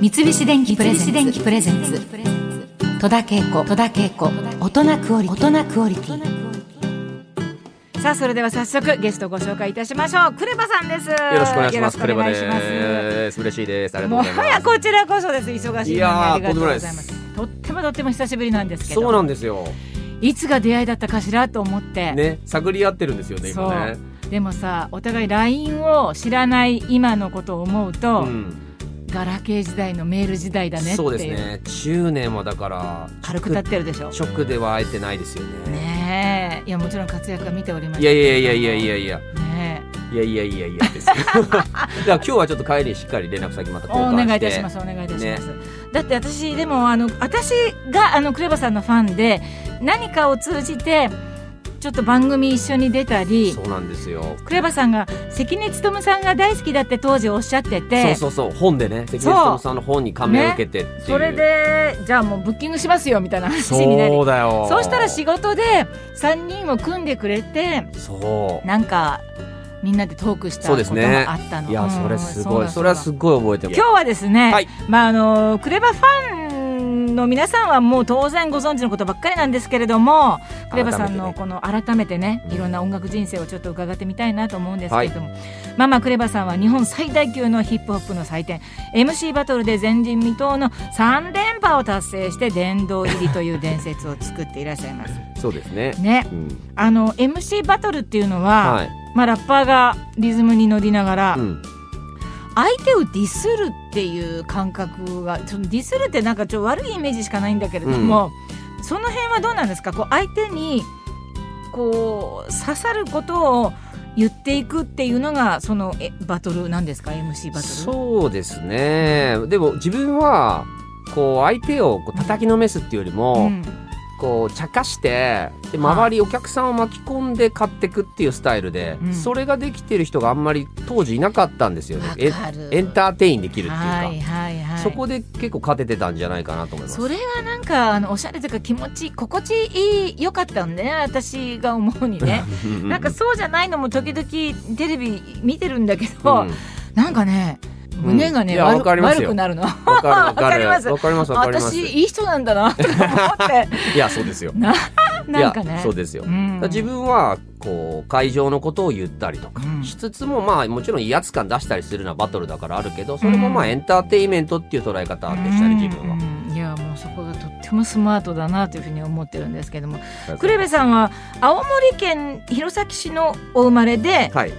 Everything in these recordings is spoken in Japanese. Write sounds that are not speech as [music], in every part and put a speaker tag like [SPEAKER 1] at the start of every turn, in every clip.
[SPEAKER 1] 三菱電機プレゼンツ戸田恵子戸田恵子大人クオリティ大人クオリティ
[SPEAKER 2] さあそれでは早速ゲストをご紹介いたしましょうクレバさんですよ
[SPEAKER 3] よろしくお願いします。
[SPEAKER 2] ろ
[SPEAKER 3] ク
[SPEAKER 2] く
[SPEAKER 3] レ
[SPEAKER 2] お
[SPEAKER 3] バ
[SPEAKER 2] 願い
[SPEAKER 3] で
[SPEAKER 2] します
[SPEAKER 3] す。嬉しいです。ありがとう
[SPEAKER 2] も
[SPEAKER 3] ございます。
[SPEAKER 2] はやこちらこそです忙しい
[SPEAKER 3] い
[SPEAKER 2] のにあ
[SPEAKER 3] や
[SPEAKER 2] り
[SPEAKER 3] ー
[SPEAKER 2] がとう
[SPEAKER 3] とんで
[SPEAKER 2] ご
[SPEAKER 3] も
[SPEAKER 2] ざ
[SPEAKER 3] ないい
[SPEAKER 2] ま
[SPEAKER 3] です
[SPEAKER 2] すとってもとっても久しぶりなんですけど
[SPEAKER 3] そうなんですよ。
[SPEAKER 2] いつが出会いだったかしらと思って、
[SPEAKER 3] ね、探り合ってるんですよね、
[SPEAKER 2] そう
[SPEAKER 3] 今ね。
[SPEAKER 2] でもさお互い LINE を知らない今のことを思うと、
[SPEAKER 3] ん、
[SPEAKER 2] ガラケー時代のメール時代だねって
[SPEAKER 3] そうです
[SPEAKER 2] いう
[SPEAKER 3] ね。10年はだから、
[SPEAKER 2] 軽く立ってるでしょ
[SPEAKER 3] 直では会えてないですよね。
[SPEAKER 2] ねえいやもちろん活躍は見ておりました
[SPEAKER 3] いやいやいやいやい
[SPEAKER 2] や
[SPEAKER 3] やいや、
[SPEAKER 2] ねえ
[SPEAKER 3] いやいやいやいやですよ。だから今日はちょっと帰りにしっかり連絡先また
[SPEAKER 2] お
[SPEAKER 3] 交
[SPEAKER 2] 願い
[SPEAKER 3] 換して。
[SPEAKER 2] いたしますお願いいたします、だって私でもあの私があのクレバさんのファンで何かを通じてちょっと番組一緒に出たり
[SPEAKER 3] そうなんですよ。
[SPEAKER 2] クレバさんが関根勤さんが大好きだって当時おっしゃって
[SPEAKER 3] そう
[SPEAKER 2] て
[SPEAKER 3] そうそう、本でね、関根勤さんの本に感銘を受けてっていう。
[SPEAKER 2] それでじゃあもうブッキングしますよみたいな話になり
[SPEAKER 3] そうだよ。
[SPEAKER 2] そうしたら仕事で3人を組んでくれて
[SPEAKER 3] そう。
[SPEAKER 2] なんかみんなでトークした
[SPEAKER 3] そう
[SPEAKER 2] こ
[SPEAKER 3] で
[SPEAKER 2] と
[SPEAKER 3] す
[SPEAKER 2] も
[SPEAKER 3] ね
[SPEAKER 2] あったの
[SPEAKER 3] いや、それすご
[SPEAKER 2] う
[SPEAKER 3] い。
[SPEAKER 2] ん
[SPEAKER 3] それはすごい覚えてます。
[SPEAKER 2] 今日はですね、
[SPEAKER 3] はい
[SPEAKER 2] まああのクレバファンの皆さんはもう当然ご存知のことばっかりなんですけれどもクレバさんの
[SPEAKER 3] 改めてね
[SPEAKER 2] この改めてねいろんな音楽人生をちょっと伺ってみたいなと思うんですけれども、ママクレバさんは日本最大級のヒップホップの祭典 MC バトルで前人未到の3連覇を達成して殿堂入りという伝説を作っていらっしゃい
[SPEAKER 3] [laughs]
[SPEAKER 2] ます。
[SPEAKER 3] そうですね。
[SPEAKER 2] ね
[SPEAKER 3] うん、
[SPEAKER 2] あの MC バトルっていうのは、
[SPEAKER 3] はい。
[SPEAKER 2] まあ、ラッパーがリズムに乗りながら、
[SPEAKER 3] うん、
[SPEAKER 2] 相手をディスるっていう感覚がそのディスるってなんかちょっと悪いイメージしかないんだけれども、その辺はどうなんですかこう相手にこう刺さることを言っていくっていうのがそのえバトルなんですか MC バトル
[SPEAKER 3] そうですね。でも自分はこう相手をこう叩きのめすっていうより
[SPEAKER 2] う
[SPEAKER 3] も、
[SPEAKER 2] ん
[SPEAKER 3] こう茶化してで周りお客さんを巻き込んで買ってくっていうスタイルで、
[SPEAKER 2] うん
[SPEAKER 3] それができてる人があんまり当時いなかったんですよね。え
[SPEAKER 2] わかる
[SPEAKER 3] エンターテインできるっていうか、
[SPEAKER 2] はいはいはい
[SPEAKER 3] そこで結構勝ててたんじゃないかなと思います。
[SPEAKER 2] それはなんかあのおしゃれというか気持ち心地いい良かったんだね私が思うにね [laughs]
[SPEAKER 3] [laughs]
[SPEAKER 2] なんかそうじゃないのも時々テレビ見てるんだけど、
[SPEAKER 3] うん
[SPEAKER 2] なんかね
[SPEAKER 3] ん
[SPEAKER 2] 胸がね、
[SPEAKER 3] いや
[SPEAKER 2] 悪
[SPEAKER 3] わかります
[SPEAKER 2] 悪
[SPEAKER 3] よ
[SPEAKER 2] くなるの
[SPEAKER 3] わかるわかる
[SPEAKER 2] [laughs] わかります
[SPEAKER 3] わかりますわかります。
[SPEAKER 2] 私いい人なんだなとか思って
[SPEAKER 3] いやそうですよ。
[SPEAKER 2] ななんか
[SPEAKER 3] い
[SPEAKER 2] ね
[SPEAKER 3] やそうですよ。
[SPEAKER 2] [laughs] うん
[SPEAKER 3] 自分はこう会場のことを言ったりとか
[SPEAKER 2] うん
[SPEAKER 3] しつつも、まあもちろん威圧感出したりするのはバトルだからあるけどそれもま
[SPEAKER 2] う
[SPEAKER 3] あ
[SPEAKER 2] ん
[SPEAKER 3] エンターテインメントっていう捉え方でしたね自分は。
[SPEAKER 2] うんいやもうそこがとってもスマートだなというふうに思ってるんですけども
[SPEAKER 3] く
[SPEAKER 2] クレベさんは青森県弘前市のお生まれで
[SPEAKER 3] はい、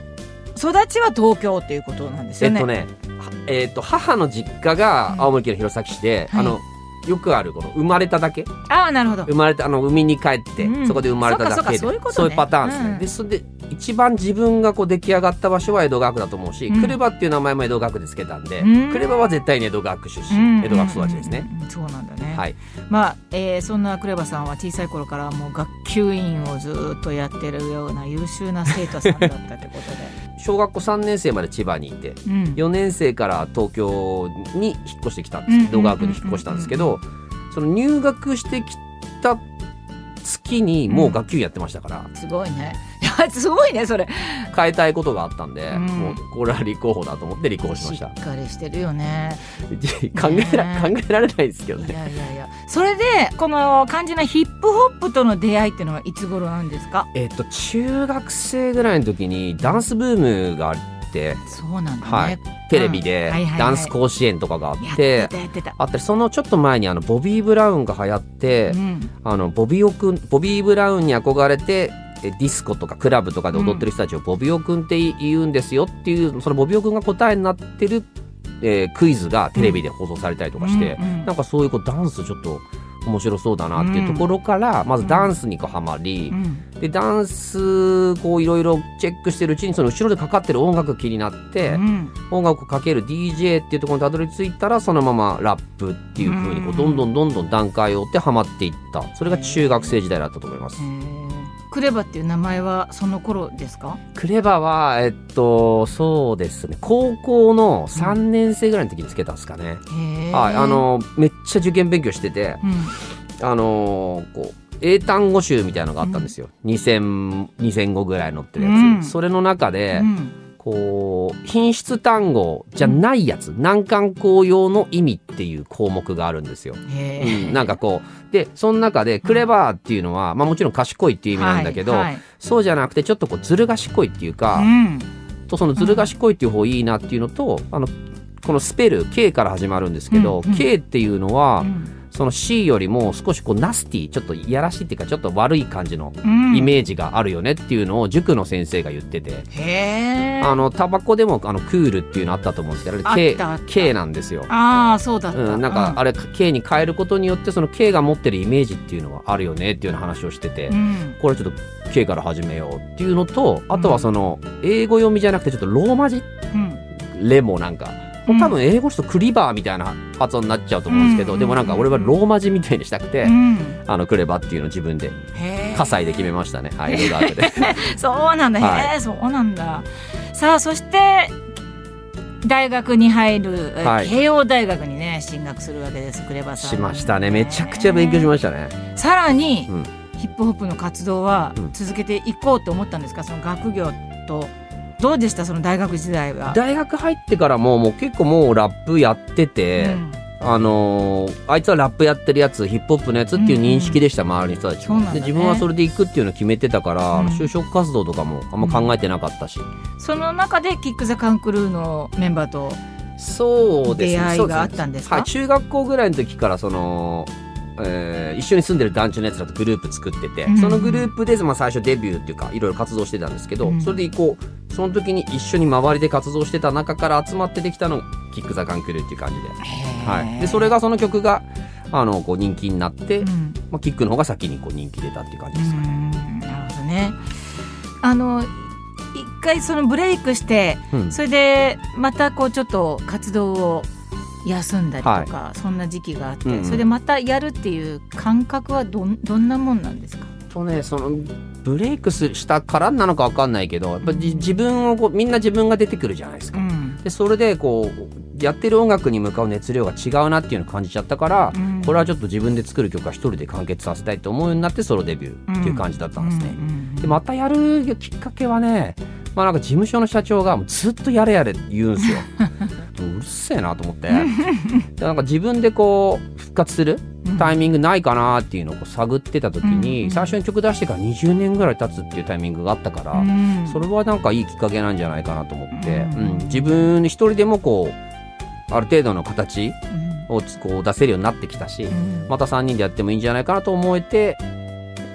[SPEAKER 2] 育ちは東京ということなんです
[SPEAKER 3] え
[SPEAKER 2] よ
[SPEAKER 3] っ
[SPEAKER 2] ね。
[SPEAKER 3] とねはえっと母の実家が青森県の弘前市で、
[SPEAKER 2] うん
[SPEAKER 3] あのよくあるこの生まれただけ
[SPEAKER 2] ああなるほど。
[SPEAKER 3] 生まれたあの海に帰って、
[SPEAKER 2] うん
[SPEAKER 3] そこで生まれただけで
[SPEAKER 2] そうかそうかそういうことね
[SPEAKER 3] いうパターンですね、
[SPEAKER 2] うん
[SPEAKER 3] でそれで一番自分がこう出来上がった場所は江戸川区だと思うし、
[SPEAKER 2] うん
[SPEAKER 3] クレバっていう名前も江戸川区でつけたんで、
[SPEAKER 2] うん
[SPEAKER 3] クレバは絶対に江戸川区出身、江戸川区育ちですね、
[SPEAKER 2] うん。そうなんだね。
[SPEAKER 3] はい、
[SPEAKER 2] まあ、えーそんなクレバさんは小さい頃からもう学級委員をずーっとやってるような優秀な生徒さんだったってことで。
[SPEAKER 3] 小学校3年生まで千葉にいて
[SPEAKER 2] うん
[SPEAKER 3] 4年生から東京に引っ越してきたんで
[SPEAKER 2] うん
[SPEAKER 3] す
[SPEAKER 2] うん
[SPEAKER 3] 江戸川区に引っ越したんですけどその入学してきた月にもう学級やってましたから、
[SPEAKER 2] すごいね。 [laughs] いやすごいねそれ。
[SPEAKER 3] 変えたいことがあったんで、
[SPEAKER 2] うん
[SPEAKER 3] もうこれは立候補だと思って立候補しました
[SPEAKER 2] っかりしてるよね。
[SPEAKER 3] [laughs] 考えら考えられないですけど
[SPEAKER 2] い
[SPEAKER 3] ね。
[SPEAKER 2] やいやいや。それでこの肝心なヒップホップとの出会いっていうのはいつ頃なんですか。
[SPEAKER 3] えっと中学生ぐらいの時にダンスブームがあって
[SPEAKER 2] そうなんだね。
[SPEAKER 3] はいテレビで
[SPEAKER 2] はいはいはい
[SPEAKER 3] ダンス甲子園とかがあ
[SPEAKER 2] や
[SPEAKER 3] っ
[SPEAKER 2] っててたやってた。
[SPEAKER 3] あったりそのちょっと前にあのボビー・ブラウンが流行って、
[SPEAKER 2] うん。
[SPEAKER 3] あのボビオくんボビー・ブラウンに憧れてえディスコとかクラブとかで踊ってる人たちをボビオくんって言うんですよっていうそのボビオくんが答えになってる、えークイズがテレビで放送されたりとかして、
[SPEAKER 2] うんうん
[SPEAKER 3] なんかそういうこうダンスちょっと面白そうだなっていうところから、まずダンスにこうハマり、
[SPEAKER 2] うん
[SPEAKER 3] でダンスこういろいろチェックしてるうちにその後ろでかかってる音楽気になって、
[SPEAKER 2] うん
[SPEAKER 3] 音楽をかける DJ っていうところにたどり着いたらそのままラップっていうふうに
[SPEAKER 2] う
[SPEAKER 3] こうんどんどんどんどん段階を追ってハマっていったそれが中学生時代だったと思います
[SPEAKER 2] へークレバっていう名前はその頃ですか。
[SPEAKER 3] クレバはえっとそうですね高校の3年生ぐらいの時につけたんですかね、
[SPEAKER 2] へー
[SPEAKER 3] はいあ。のめっちゃ受験勉強してて
[SPEAKER 2] うん。
[SPEAKER 3] あのこう英単語集みたいなのがあったんですよ、2000, 2000語ぐらい載ってるやつ、
[SPEAKER 2] うん
[SPEAKER 3] それの中で、
[SPEAKER 2] うん
[SPEAKER 3] ここう品質単語じゃないやつ、難関公用の意味っていう項目があるんですよ。うんなんかこうでその中でクレバーっていうのは、まあ、もちろん賢いっていう意味なんだけど、
[SPEAKER 2] はいはい
[SPEAKER 3] そうじゃなくてちょっとこうずる賢いっていうか、
[SPEAKER 2] うん
[SPEAKER 3] とそのずる賢いっていう方いいなっていうのと、あのこのスペル K から始まるんですけど、
[SPEAKER 2] うんうん
[SPEAKER 3] K っていうのは、
[SPEAKER 2] うん
[SPEAKER 3] その C よりも少しこうナスティちょっといやらしいっていうかちょっと悪い感じの
[SPEAKER 2] うん
[SPEAKER 3] イメージがあるよねっていうのを塾の先生が言ってて。
[SPEAKER 2] へー
[SPEAKER 3] あのタバコでもあのクールっていうのあったと思うんですけどあれ
[SPEAKER 2] あったあった
[SPEAKER 3] K, K なんですよ。
[SPEAKER 2] ああそうだった、
[SPEAKER 3] うん、なんかあれ K に変えることによってその K が持ってるイメージっていうのはあるよねっていうような話をしてて、
[SPEAKER 2] うん
[SPEAKER 3] これちょっと K から始めようっていうのとあとはその英語読みじゃなくてちょっとローマ字
[SPEAKER 2] うん
[SPEAKER 3] レもなんか。
[SPEAKER 2] うん
[SPEAKER 3] 多分英語詞とクリバーみたいな発音になっちゃうと思うんですけど、
[SPEAKER 2] うん
[SPEAKER 3] でもなんか俺はローマ字みたいにしたくて、
[SPEAKER 2] うん
[SPEAKER 3] あのクレバっていうのを自分で
[SPEAKER 2] へー
[SPEAKER 3] 火災で決めましたね、はい、ルガーク
[SPEAKER 2] [laughs]
[SPEAKER 3] で
[SPEAKER 2] そうなんだ、
[SPEAKER 3] は
[SPEAKER 2] へ
[SPEAKER 3] い
[SPEAKER 2] えそうなんださあそして大学に入る、え
[SPEAKER 3] はい
[SPEAKER 2] 慶応大学にね進学するわけですクレバさん
[SPEAKER 3] しましたねめちゃくちゃ勉強しま
[SPEAKER 2] し
[SPEAKER 3] したね。
[SPEAKER 2] たさらに、
[SPEAKER 3] うん
[SPEAKER 2] ヒップホップの活動は
[SPEAKER 3] うん
[SPEAKER 2] 続けていこうと思ったんですかその学業とどうでしたその大学時代は
[SPEAKER 3] 大学入ってからももう結構もうラップやってて、
[SPEAKER 2] うん
[SPEAKER 3] あのーあいつはラップやってるやつヒップホップのやつっていう認識でした、周りの人たち
[SPEAKER 2] そう
[SPEAKER 3] も
[SPEAKER 2] なんだね
[SPEAKER 3] で自分はそれで行くっていうのを決めてたから、
[SPEAKER 2] うん
[SPEAKER 3] 就職活動とかもあんま考えてなかったし、
[SPEAKER 2] その中でキック・ザ・カンクルーのメンバーと
[SPEAKER 3] そうです
[SPEAKER 2] 出
[SPEAKER 3] ね
[SPEAKER 2] 会い
[SPEAKER 3] そうですね
[SPEAKER 2] があったんですか
[SPEAKER 3] はい、中学校ぐらいの時からその、えー一緒に住んでる団地のやつらとグループ作ってて、
[SPEAKER 2] うん
[SPEAKER 3] そのグループで、まあ、最初デビューっていうかいろいろ活動してたんですけど、
[SPEAKER 2] うん
[SPEAKER 3] それでこうその時に一緒に周りで活動してた中から集まってできたのがキック・ザ・カンクルーっていう感じで,、はい、でそれ
[SPEAKER 2] が、
[SPEAKER 3] がその曲があのこう人気になって、
[SPEAKER 2] うん
[SPEAKER 3] まあ、キックの方が先にこう人気出たっていう感じ
[SPEAKER 2] う
[SPEAKER 3] ですかね。
[SPEAKER 2] んなるほどね。あの一回そのブレイクして、
[SPEAKER 3] うん
[SPEAKER 2] それでまたこうちょっと活動を休んだりとか、そんな時期があって、
[SPEAKER 3] うんうん
[SPEAKER 2] それでまたやるっていう感覚はどんどんなもんなんですか。
[SPEAKER 3] とねそのブレイクすしたからなのかわかんないけどやっぱり自分をこうみんな自分が出てくるじゃないですか。
[SPEAKER 2] ん、
[SPEAKER 3] でそれでこうやってる音楽に向かう熱量が違うなっていうのを感じちゃったから、
[SPEAKER 2] うん
[SPEAKER 3] これはちょっと自分で作る曲は一人で完結させたいと思うようになってソロデビューっていう感じだったんですね。でまたやるきっかけはね、まあ、なんか事務所の社長がもうずっとやれやれ言うんで
[SPEAKER 2] [laughs]
[SPEAKER 3] すよ。もううるせえなと思ってでなんか自分でこう復活するタイミングないかなっていうのをこう探ってた時に、
[SPEAKER 2] うん
[SPEAKER 3] 最初に曲出してから20年ぐらい経つっていうタイミングがあったから、
[SPEAKER 2] うん
[SPEAKER 3] それはなんかいいきっかけなんじゃないかなと思って、
[SPEAKER 2] う
[SPEAKER 3] うんん自分一人でもこうある程度の形
[SPEAKER 2] うん
[SPEAKER 3] をつこう出せるようになってきたし、
[SPEAKER 2] うん
[SPEAKER 3] また3人でやってもいいんじゃないかなと思えて、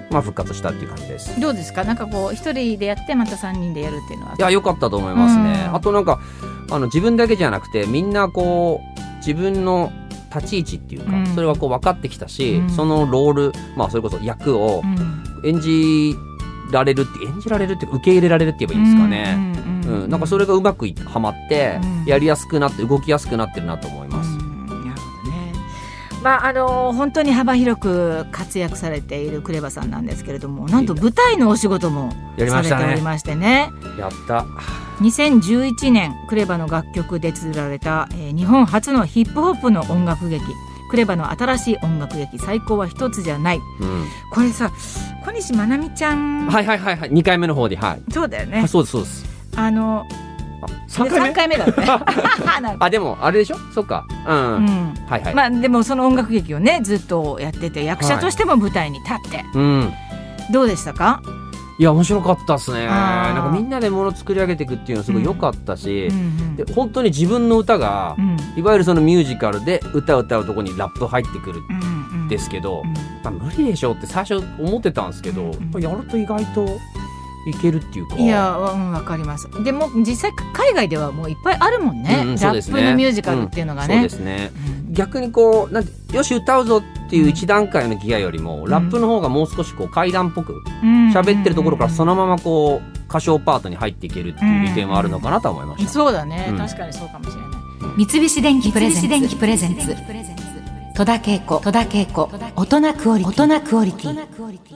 [SPEAKER 3] まあ、復活したっていう感じです。
[SPEAKER 2] どうですか。なんかこう一人でやってまた三人でやるっていうのは。
[SPEAKER 3] いや良かったと思いますね。
[SPEAKER 2] うん
[SPEAKER 3] あとなんかあの自分だけじゃなくてみんなこう自分の立ち位置っていうか、
[SPEAKER 2] うん
[SPEAKER 3] それはこう分かってきたし、
[SPEAKER 2] うん
[SPEAKER 3] そのロール、まあ、それこそ役を
[SPEAKER 2] うん
[SPEAKER 3] 演じられるって演じられるっていうか受け入れられるって言えばいいんですかね。
[SPEAKER 2] うん
[SPEAKER 3] うん、なんかそれがうまくいはまって、
[SPEAKER 2] うん
[SPEAKER 3] やりやすくなって動きやすくなってるなと思います。
[SPEAKER 2] うんなるほどね。まああの本当に幅広く活躍されているクレバさんなんですけれども、なんと舞台のお仕事も
[SPEAKER 3] やり
[SPEAKER 2] さ
[SPEAKER 3] ま
[SPEAKER 2] れ
[SPEAKER 3] してた
[SPEAKER 2] おり
[SPEAKER 3] ね。
[SPEAKER 2] ましてね。
[SPEAKER 3] やった。
[SPEAKER 2] 2011年クレバの楽曲で綴られた、えー日本初のヒップホップの音楽劇クレバの新しい音楽劇最高は一つじゃない。
[SPEAKER 3] うん、
[SPEAKER 2] これさ小西まなみちゃん、
[SPEAKER 3] はいはいはいはい、二回目の方で、はい。
[SPEAKER 2] そうだよ
[SPEAKER 3] あ
[SPEAKER 2] ね。
[SPEAKER 3] そうですそうです。
[SPEAKER 2] あの
[SPEAKER 3] 三回目。
[SPEAKER 2] 3回目だよね。
[SPEAKER 3] [laughs]
[SPEAKER 2] なんか
[SPEAKER 3] あでもあれでしょ。そっか。うん。
[SPEAKER 2] うん
[SPEAKER 3] はいはい。
[SPEAKER 2] まあでもその音楽劇をねずっとやってて役者としても舞台に立って、
[SPEAKER 3] うん。
[SPEAKER 2] どうでしたか、
[SPEAKER 3] いや面白かったっすね。
[SPEAKER 2] あー
[SPEAKER 3] なんかみんなでもの作り上げていくっていうのすごい良かったし、
[SPEAKER 2] うん
[SPEAKER 3] で本当に自分の歌が、
[SPEAKER 2] うん
[SPEAKER 3] いわゆるそのミュージカルで歌を歌うとこにラップ入ってくる
[SPEAKER 2] うん
[SPEAKER 3] んですけど、
[SPEAKER 2] うん
[SPEAKER 3] まあ、無理でしょうって最初思ってたんですけど、
[SPEAKER 2] うん
[SPEAKER 3] やっぱやると意外といけるっていうか。
[SPEAKER 2] いやうんわかりますでも実際海外ではもういっぱいあるもんね,、
[SPEAKER 3] うんうんそ
[SPEAKER 2] ラ
[SPEAKER 3] うで
[SPEAKER 2] ッ
[SPEAKER 3] す
[SPEAKER 2] プ
[SPEAKER 3] ね
[SPEAKER 2] のミュージカルっていうのがね、
[SPEAKER 3] そうですね逆にこうなんてよし歌うぞっていう一段階のギアよりも、ラップの方がもう少しこう階段っぽく
[SPEAKER 2] うん
[SPEAKER 3] 喋ってるところからそ
[SPEAKER 2] の
[SPEAKER 3] のままこう歌唱パートに入っていけるっていう利点はあるのかなとは思いました、
[SPEAKER 2] そうだね、
[SPEAKER 3] うん
[SPEAKER 2] 確かにそうかもしれない
[SPEAKER 1] 三菱電機プレゼンツ戸田恵子戸田恵子大人クオリティ大人クオリティ